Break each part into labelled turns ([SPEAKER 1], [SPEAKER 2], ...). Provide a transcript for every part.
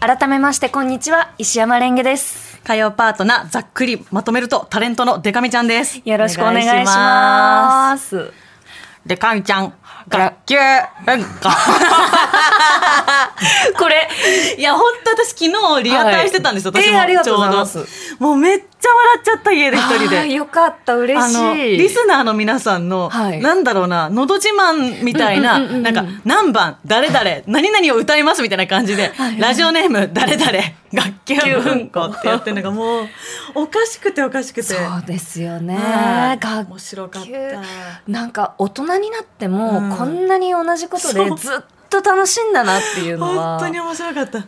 [SPEAKER 1] 改めましてこんにちは石山レンゲです
[SPEAKER 2] 火曜パートナー、ざっくりまとめると、タレントのデカミちゃんです。
[SPEAKER 1] よろしくお願いします
[SPEAKER 2] デカミちゃん、学級文化。
[SPEAKER 1] これ
[SPEAKER 2] いや、本当私昨日リアタイしてたんですよ、
[SPEAKER 1] はい
[SPEAKER 2] 私
[SPEAKER 1] えーありが
[SPEAKER 2] も。
[SPEAKER 1] とうございます
[SPEAKER 2] もうめっちゃ笑っちゃった、家で一人
[SPEAKER 1] あー
[SPEAKER 2] で。
[SPEAKER 1] よかった嬉
[SPEAKER 2] あ
[SPEAKER 1] しい
[SPEAKER 2] の、リスナーの皆さんの、
[SPEAKER 1] はい
[SPEAKER 2] なんだろうな、のど自慢みたいな、なんか、何番、誰々、何々を歌いますみたいな感じで、ラジオネーム、誰々、学級文庫ってやってるのがもう、 おかしくておかしくて。
[SPEAKER 1] そうですよね
[SPEAKER 2] はい
[SPEAKER 1] 学級
[SPEAKER 2] 面白かった
[SPEAKER 1] なんか大人になっても、
[SPEAKER 2] うん
[SPEAKER 1] こんなに同じことで
[SPEAKER 2] そう
[SPEAKER 1] ずっと楽しんだなっていうのは
[SPEAKER 2] 本当に面白かった、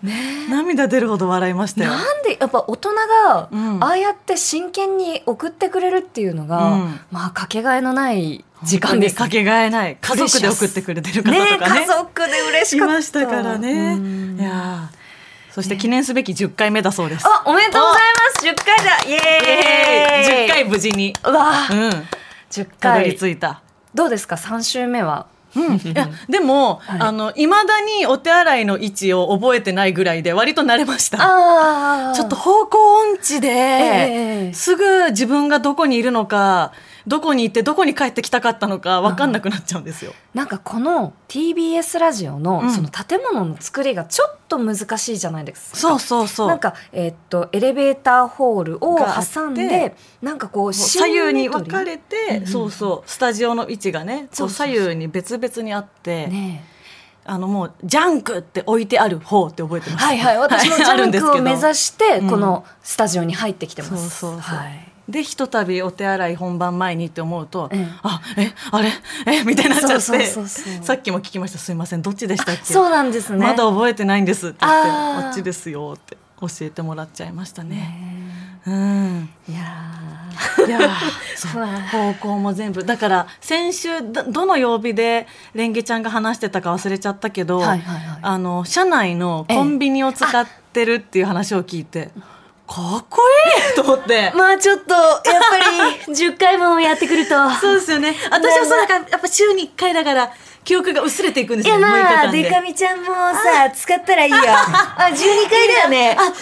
[SPEAKER 2] 涙出るほど笑いましたよ
[SPEAKER 1] なんでやっぱ大人が
[SPEAKER 2] うん
[SPEAKER 1] ああやって真剣に送ってくれるっていうのが、
[SPEAKER 2] うん
[SPEAKER 1] まあかけがえのない時間です
[SPEAKER 2] かけがえない家族で送ってくれてる方と
[SPEAKER 1] ね
[SPEAKER 2] かね
[SPEAKER 1] 家族で嬉し
[SPEAKER 2] い
[SPEAKER 1] かった
[SPEAKER 2] ましたからね
[SPEAKER 1] うん
[SPEAKER 2] いやーそして記念すべき10回目だそうです、
[SPEAKER 1] あおめでとうございます10回だイエーイ
[SPEAKER 2] 10回無事に
[SPEAKER 1] うわ
[SPEAKER 2] う
[SPEAKER 1] ー
[SPEAKER 2] ん
[SPEAKER 1] 10
[SPEAKER 2] たどり
[SPEAKER 1] 回
[SPEAKER 2] 着いた、
[SPEAKER 1] どうですか3週目は
[SPEAKER 2] うん、いやでも、
[SPEAKER 1] はい
[SPEAKER 2] あのいまだにお手洗いの位置を覚えてないぐらいで割と慣れました
[SPEAKER 1] あ
[SPEAKER 2] ちょっと方向音痴で、
[SPEAKER 1] ええ
[SPEAKER 2] すぐ自分がどこにいるのかどこに行ってどこに帰ってきたかったのか分かんなくなっちゃうんですよ。
[SPEAKER 1] なんかこの TBS ラジオの
[SPEAKER 2] うん
[SPEAKER 1] その建物の作りがちょっと難しいじゃないですか。
[SPEAKER 2] そうそうそう
[SPEAKER 1] なんか、えーっと、エレベーターホールを
[SPEAKER 2] があって
[SPEAKER 1] 挟んで、なんかこう、
[SPEAKER 2] 左右に分か
[SPEAKER 1] シ
[SPEAKER 2] れて、そうそうスタジオの位置がねこ
[SPEAKER 1] そう
[SPEAKER 2] う
[SPEAKER 1] そうそう
[SPEAKER 2] 左右に別々にあって、
[SPEAKER 1] ーンね
[SPEAKER 2] あのもう「ジャンク」って置いてある方って覚えて
[SPEAKER 1] え。
[SPEAKER 2] ます、
[SPEAKER 1] はいはい。私もジ
[SPEAKER 2] ある
[SPEAKER 1] ャン
[SPEAKER 2] んです
[SPEAKER 1] クを
[SPEAKER 2] けど
[SPEAKER 1] 目指して、
[SPEAKER 2] うん
[SPEAKER 1] このスタジオに入ってきてます。
[SPEAKER 2] そうそうそう
[SPEAKER 1] はい。
[SPEAKER 2] でひとたびお手洗い本番前にって思うと「
[SPEAKER 1] ええ
[SPEAKER 2] あえあれえみたいになっちゃって
[SPEAKER 1] そうそうそうそう
[SPEAKER 2] さっきも聞きました「すいませんどっちでしたっけ
[SPEAKER 1] そうなんですね。
[SPEAKER 2] まだ覚えてないんです」って言って
[SPEAKER 1] あー
[SPEAKER 2] 「あっちですよ」って教えてもらっちゃいましたね。うん
[SPEAKER 1] いや
[SPEAKER 2] いやー そう
[SPEAKER 1] わー
[SPEAKER 2] 方向も全部だから先週どどの曜日でレンゲちゃんが話してたか忘れちゃったけど、
[SPEAKER 1] はいはいはい
[SPEAKER 2] あの社内のコンビニを使ってるっていう話を聞いて、かっこいいと思って
[SPEAKER 1] ー。まあちょっと、やっぱ り、10回分をやってくると。
[SPEAKER 2] そうですよね私はそうなんかやっぱ週に1回だから記憶が薄れていくんです
[SPEAKER 1] いや
[SPEAKER 2] よね
[SPEAKER 1] まあ、
[SPEAKER 2] 6日間で
[SPEAKER 1] デカミちゃんもさ、使ったらいいよ。あ、12回だよね。
[SPEAKER 2] あ12階に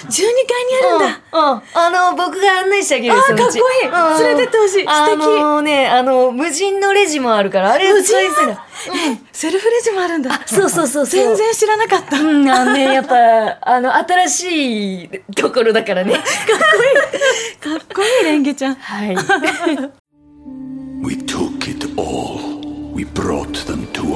[SPEAKER 2] あるんだ、
[SPEAKER 1] うん、うんあの僕が案内してあげる
[SPEAKER 2] あー
[SPEAKER 1] そのうち
[SPEAKER 2] かっこいい連れてってほしい
[SPEAKER 1] あ
[SPEAKER 2] 素敵
[SPEAKER 1] のねあの無人のレジもあるからあれ無人
[SPEAKER 2] えセルフレジもあるんだ
[SPEAKER 1] そうそうそうそう
[SPEAKER 2] 全然知らなかった、
[SPEAKER 1] うんあのねやっぱあの新しいところだからね
[SPEAKER 2] かっこいいレンゲちゃん
[SPEAKER 1] はい
[SPEAKER 3] We took it all. We brought them to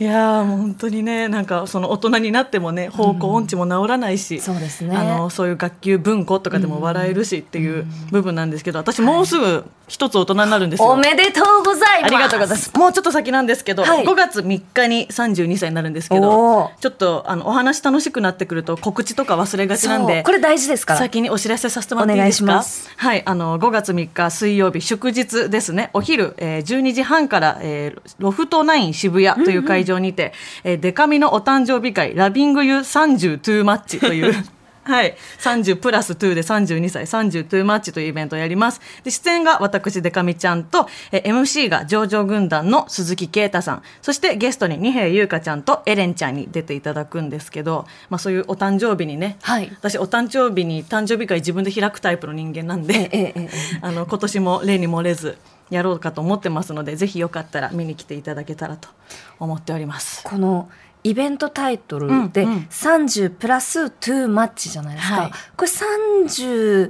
[SPEAKER 2] いやーもう本当にねなんかその大人になってもね方向音痴も治らないし、
[SPEAKER 1] そうですね
[SPEAKER 2] あのそういう学級文庫とかでも笑えるしっていう部分なんですけど私もうすぐ一つ大人になるんですよ。
[SPEAKER 1] おめでとうござい
[SPEAKER 2] あ
[SPEAKER 1] ます
[SPEAKER 2] りがとうございます。もうちょっと先なんですけど、
[SPEAKER 1] はい
[SPEAKER 2] 5月3日に32歳になるんですけ
[SPEAKER 1] お
[SPEAKER 2] ど
[SPEAKER 1] ー、
[SPEAKER 2] ちょっとあのお話楽しくなってくると告知とか忘れがちなん
[SPEAKER 1] そ
[SPEAKER 2] で
[SPEAKER 1] う、これ大事ですから
[SPEAKER 2] 先にお知らせさせてもらっていいですか
[SPEAKER 1] お願いします
[SPEAKER 2] はいあの5月3日水曜日祝日ですねお昼、えー、12時半から、えーロフトナイン渋谷という会場にて、えーデカミのお誕生日会ラビングユー30トゥーマッチ というはい30プラス2で32歳30トゥーマッチというイベントをやりますで出演が私デカミちゃんと、えー MC が上場軍団の鈴木啓太さんそしてゲストに二瓶優香ちゃんとエレンちゃんに出ていただくんですけど、まあ、そういうお誕生日にね、
[SPEAKER 1] はい
[SPEAKER 2] 私お誕生日に誕生日会自分で開くタイプの人間なん
[SPEAKER 1] ええ
[SPEAKER 2] で
[SPEAKER 1] ええ
[SPEAKER 2] あの今年も例に漏れずやろうかと思ってますのでぜひよかったら見に来ていただけたらと思っております。
[SPEAKER 1] このイベントタイトルで、
[SPEAKER 2] うんうん
[SPEAKER 1] 30プラス2マッチじゃないですか。
[SPEAKER 2] はい
[SPEAKER 1] これ30、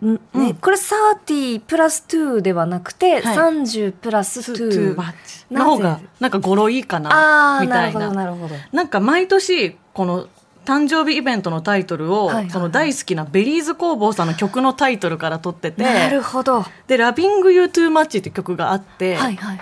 [SPEAKER 1] んね
[SPEAKER 2] うん
[SPEAKER 1] これ30プラス2ではなくて、
[SPEAKER 2] はい
[SPEAKER 1] 30プラス
[SPEAKER 2] トゥーバ
[SPEAKER 1] 2。
[SPEAKER 2] ッチの方がなんか語呂いいか
[SPEAKER 1] あ
[SPEAKER 2] な
[SPEAKER 1] あ、
[SPEAKER 2] み
[SPEAKER 1] な
[SPEAKER 2] た
[SPEAKER 1] る
[SPEAKER 2] い
[SPEAKER 1] ほど、
[SPEAKER 2] な
[SPEAKER 1] なるほど。
[SPEAKER 2] なんか毎年この誕生日イベントのタイトルを、
[SPEAKER 1] はいはいはい
[SPEAKER 2] その大好きなベリーズ工房さんの曲のタイトルから取ってて
[SPEAKER 1] なるほど。は
[SPEAKER 2] で「ラビング・ユー・トゥ・マッチ」って曲があっ
[SPEAKER 1] い
[SPEAKER 2] て、
[SPEAKER 1] はいはい。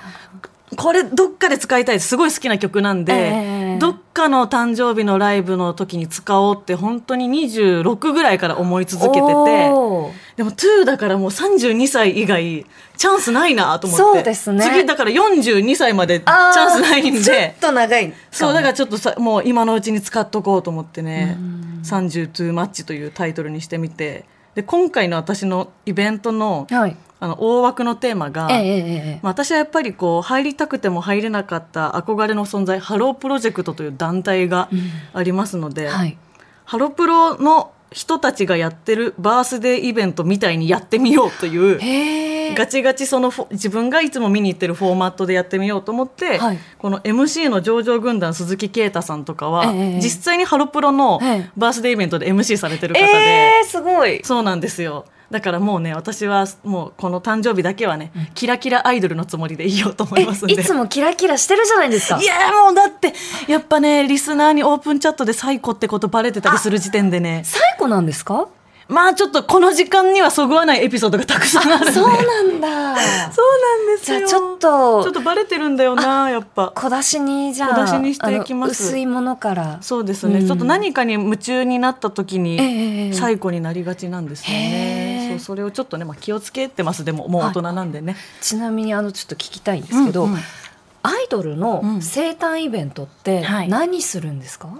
[SPEAKER 2] これどっかで使いたいすごい好きな曲なんで、
[SPEAKER 1] ええ
[SPEAKER 2] どっかの誕生日のライブの時に使おうって本当に26ぐらいから思い続けてて
[SPEAKER 1] おー
[SPEAKER 2] でも2だからもう32歳以外チャンスないなと思って
[SPEAKER 1] そうですね
[SPEAKER 2] 次だから42歳までチ
[SPEAKER 1] あー
[SPEAKER 2] ャンスないん
[SPEAKER 1] ちょっ
[SPEAKER 2] で
[SPEAKER 1] と長いかも。
[SPEAKER 2] そうだからちょっとさもう今のうちに使っとこうと思ってね「32マッチ」というタイトルにしてみてで今回の私のイベントの,、
[SPEAKER 1] はい。
[SPEAKER 2] あの大枠のテーマが、
[SPEAKER 1] ええええええ。
[SPEAKER 2] まあ、私はやっぱりこう入りたくても入れなかった憧れの存在ハロープロジェクトという団体がありますので、
[SPEAKER 1] はい。
[SPEAKER 2] ハロプロの人たちがやってるバースデーイベントみたいにやってみようという
[SPEAKER 1] へえ。
[SPEAKER 2] ガチガチそのフォ自分がいつも見に行ってるフォーマットでやってみようと思って、
[SPEAKER 1] はい
[SPEAKER 2] この MC の上場軍団鈴木啓太さんとかは、
[SPEAKER 1] ええ
[SPEAKER 2] 実際にハロプロの
[SPEAKER 1] ええ
[SPEAKER 2] バースデーイベントで MC されてる方で。
[SPEAKER 1] えー、すごい。
[SPEAKER 2] そうなんですよだからもうね私はもうこの誕生日だけはね、キラキラアイドルのつもりでいようと思
[SPEAKER 1] え、
[SPEAKER 2] いますんで
[SPEAKER 1] いつもキラキラしてるじゃないですか。
[SPEAKER 2] いやーもうだってやっぱねリスナーにオープンチャットでサイコってことバレてたりする時点でね
[SPEAKER 1] 最古なんですか
[SPEAKER 2] まあちょっとこの時間にはそぐわないエピソードがたくさんあるんで
[SPEAKER 1] そう
[SPEAKER 2] そうなん
[SPEAKER 1] なんだ。
[SPEAKER 2] ですよ
[SPEAKER 1] じゃあちょっと
[SPEAKER 2] ちょっとバレてるんだよなやっぱ
[SPEAKER 1] 小出しにじゃあ、
[SPEAKER 2] 小出しにしていきます
[SPEAKER 1] あの薄いものから。
[SPEAKER 2] そうですね、
[SPEAKER 1] うん
[SPEAKER 2] ちょっと何かに夢中になった時
[SPEAKER 1] ええ
[SPEAKER 2] に
[SPEAKER 1] ええ
[SPEAKER 2] サイコになりがちなんですよ
[SPEAKER 1] へ
[SPEAKER 2] ね
[SPEAKER 1] ー
[SPEAKER 2] そうそれをちょっとね、まあ、気をつけてますでももう大人なんでね、
[SPEAKER 1] ちなみにあのちょっと聞きたいんですけど、
[SPEAKER 2] うんうん
[SPEAKER 1] アイドルの生誕イベントって
[SPEAKER 2] はい
[SPEAKER 1] 何するんですか、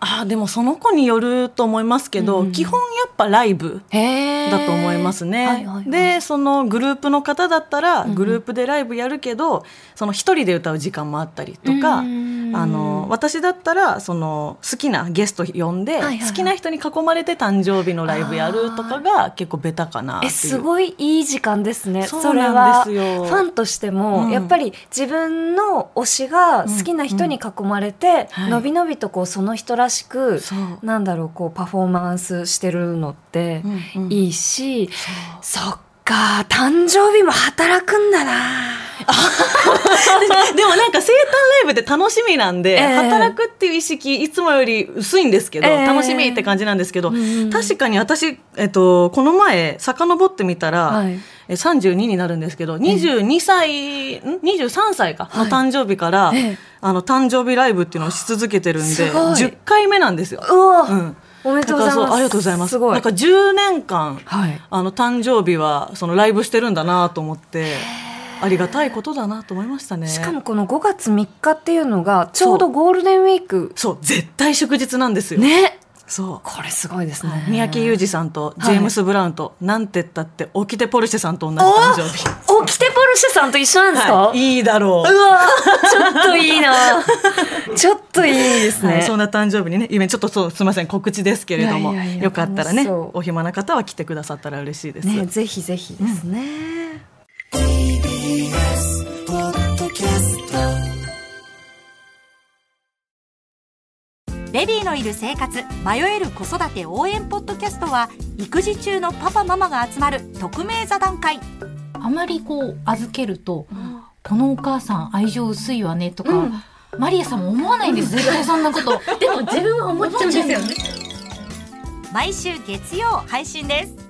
[SPEAKER 2] あーでもその子によると思いますけど、
[SPEAKER 1] うん
[SPEAKER 2] 基本やっぱライブ
[SPEAKER 1] へえ
[SPEAKER 2] だと思いますね、
[SPEAKER 1] はいはいはい
[SPEAKER 2] でそのグループの方だったら
[SPEAKER 1] ん
[SPEAKER 2] グループでライブやるけど、その一人で歌う時間もあったりとか、
[SPEAKER 1] うん
[SPEAKER 2] あの私だったらその好きなゲスト呼んで、
[SPEAKER 1] いはいはい
[SPEAKER 2] 好きな人に囲まれて誕生日のライブやるとかが結構ベタかなってい
[SPEAKER 1] え
[SPEAKER 2] う
[SPEAKER 1] すごいいい時間ですね
[SPEAKER 2] そ
[SPEAKER 1] そうれ
[SPEAKER 2] なん
[SPEAKER 1] は
[SPEAKER 2] で
[SPEAKER 1] フ
[SPEAKER 2] すよ
[SPEAKER 1] ァンとしても、
[SPEAKER 2] うん
[SPEAKER 1] やっぱり自分の推しが好きな人に囲まれて、
[SPEAKER 2] うんうん
[SPEAKER 1] のびのびとこうその人らしく、
[SPEAKER 2] そう
[SPEAKER 1] なんだろうこうパフォーマンスしてるのって
[SPEAKER 2] うんうん
[SPEAKER 1] いいし、そっか誕生日も働くんだな
[SPEAKER 2] でもなんか生誕ライブって楽しみなん
[SPEAKER 1] え
[SPEAKER 2] で、
[SPEAKER 1] え
[SPEAKER 2] 働くっていう意識いつもより薄いんですけど、
[SPEAKER 1] ええ
[SPEAKER 2] 楽しみって感じなんですけど、
[SPEAKER 1] ん
[SPEAKER 2] 確かに私、えっと、この前遡ってみたら、
[SPEAKER 1] はい
[SPEAKER 2] え32になるんですけど22歳、ん23歳かの誕生日から、
[SPEAKER 1] ええ
[SPEAKER 2] あの誕生日ライブっていうのをし続けてるんです
[SPEAKER 1] ごい
[SPEAKER 2] 10回目なんですよ。
[SPEAKER 1] うわ、
[SPEAKER 2] うん
[SPEAKER 1] おめでとうございま
[SPEAKER 2] だからそ
[SPEAKER 1] す
[SPEAKER 2] ありがとうございます。
[SPEAKER 1] すごい
[SPEAKER 2] なんか10年間、
[SPEAKER 1] はい
[SPEAKER 2] あの誕生日はそのライブしてるんだなと思って、ありがたいことだなと思いましたね。
[SPEAKER 1] しかもこの5月3日っていうのがちょうどゴールデンウィーク
[SPEAKER 2] そう、絶対祝日なんですよ。
[SPEAKER 1] ね
[SPEAKER 2] そ
[SPEAKER 1] これすごいです
[SPEAKER 2] う。
[SPEAKER 1] ね
[SPEAKER 2] 三宅裕二さんとジ
[SPEAKER 1] はい
[SPEAKER 2] ェームス・ブラウンと、なんてったって、オキテ・ポルシェさんと同じ誕生日。
[SPEAKER 1] 起きてポルシェさんと一緒なんですか、
[SPEAKER 2] はい、いいだろう。
[SPEAKER 1] うわちょっといい なちょっといいですね、
[SPEAKER 2] はい、そんな誕生日にね、イベント、ちょっとそうすみません、告知ですけれども、
[SPEAKER 1] いやいやいや
[SPEAKER 2] よかったら
[SPEAKER 1] 楽
[SPEAKER 2] ね、
[SPEAKER 1] しそう
[SPEAKER 2] お暇な方は来てくださったら嬉しいです。
[SPEAKER 1] ねぜひぜひですね、
[SPEAKER 4] ベビーのいる生活迷える子育て応援ポッドキャストは育児中のパパママが集まる匿名座談会
[SPEAKER 5] あまりこう預けると、このお母さん愛情薄いわねとか、マリアさんも思わないんです絶対そんなこと でも自分は思っちゃうんですよね
[SPEAKER 4] 毎週月曜配信です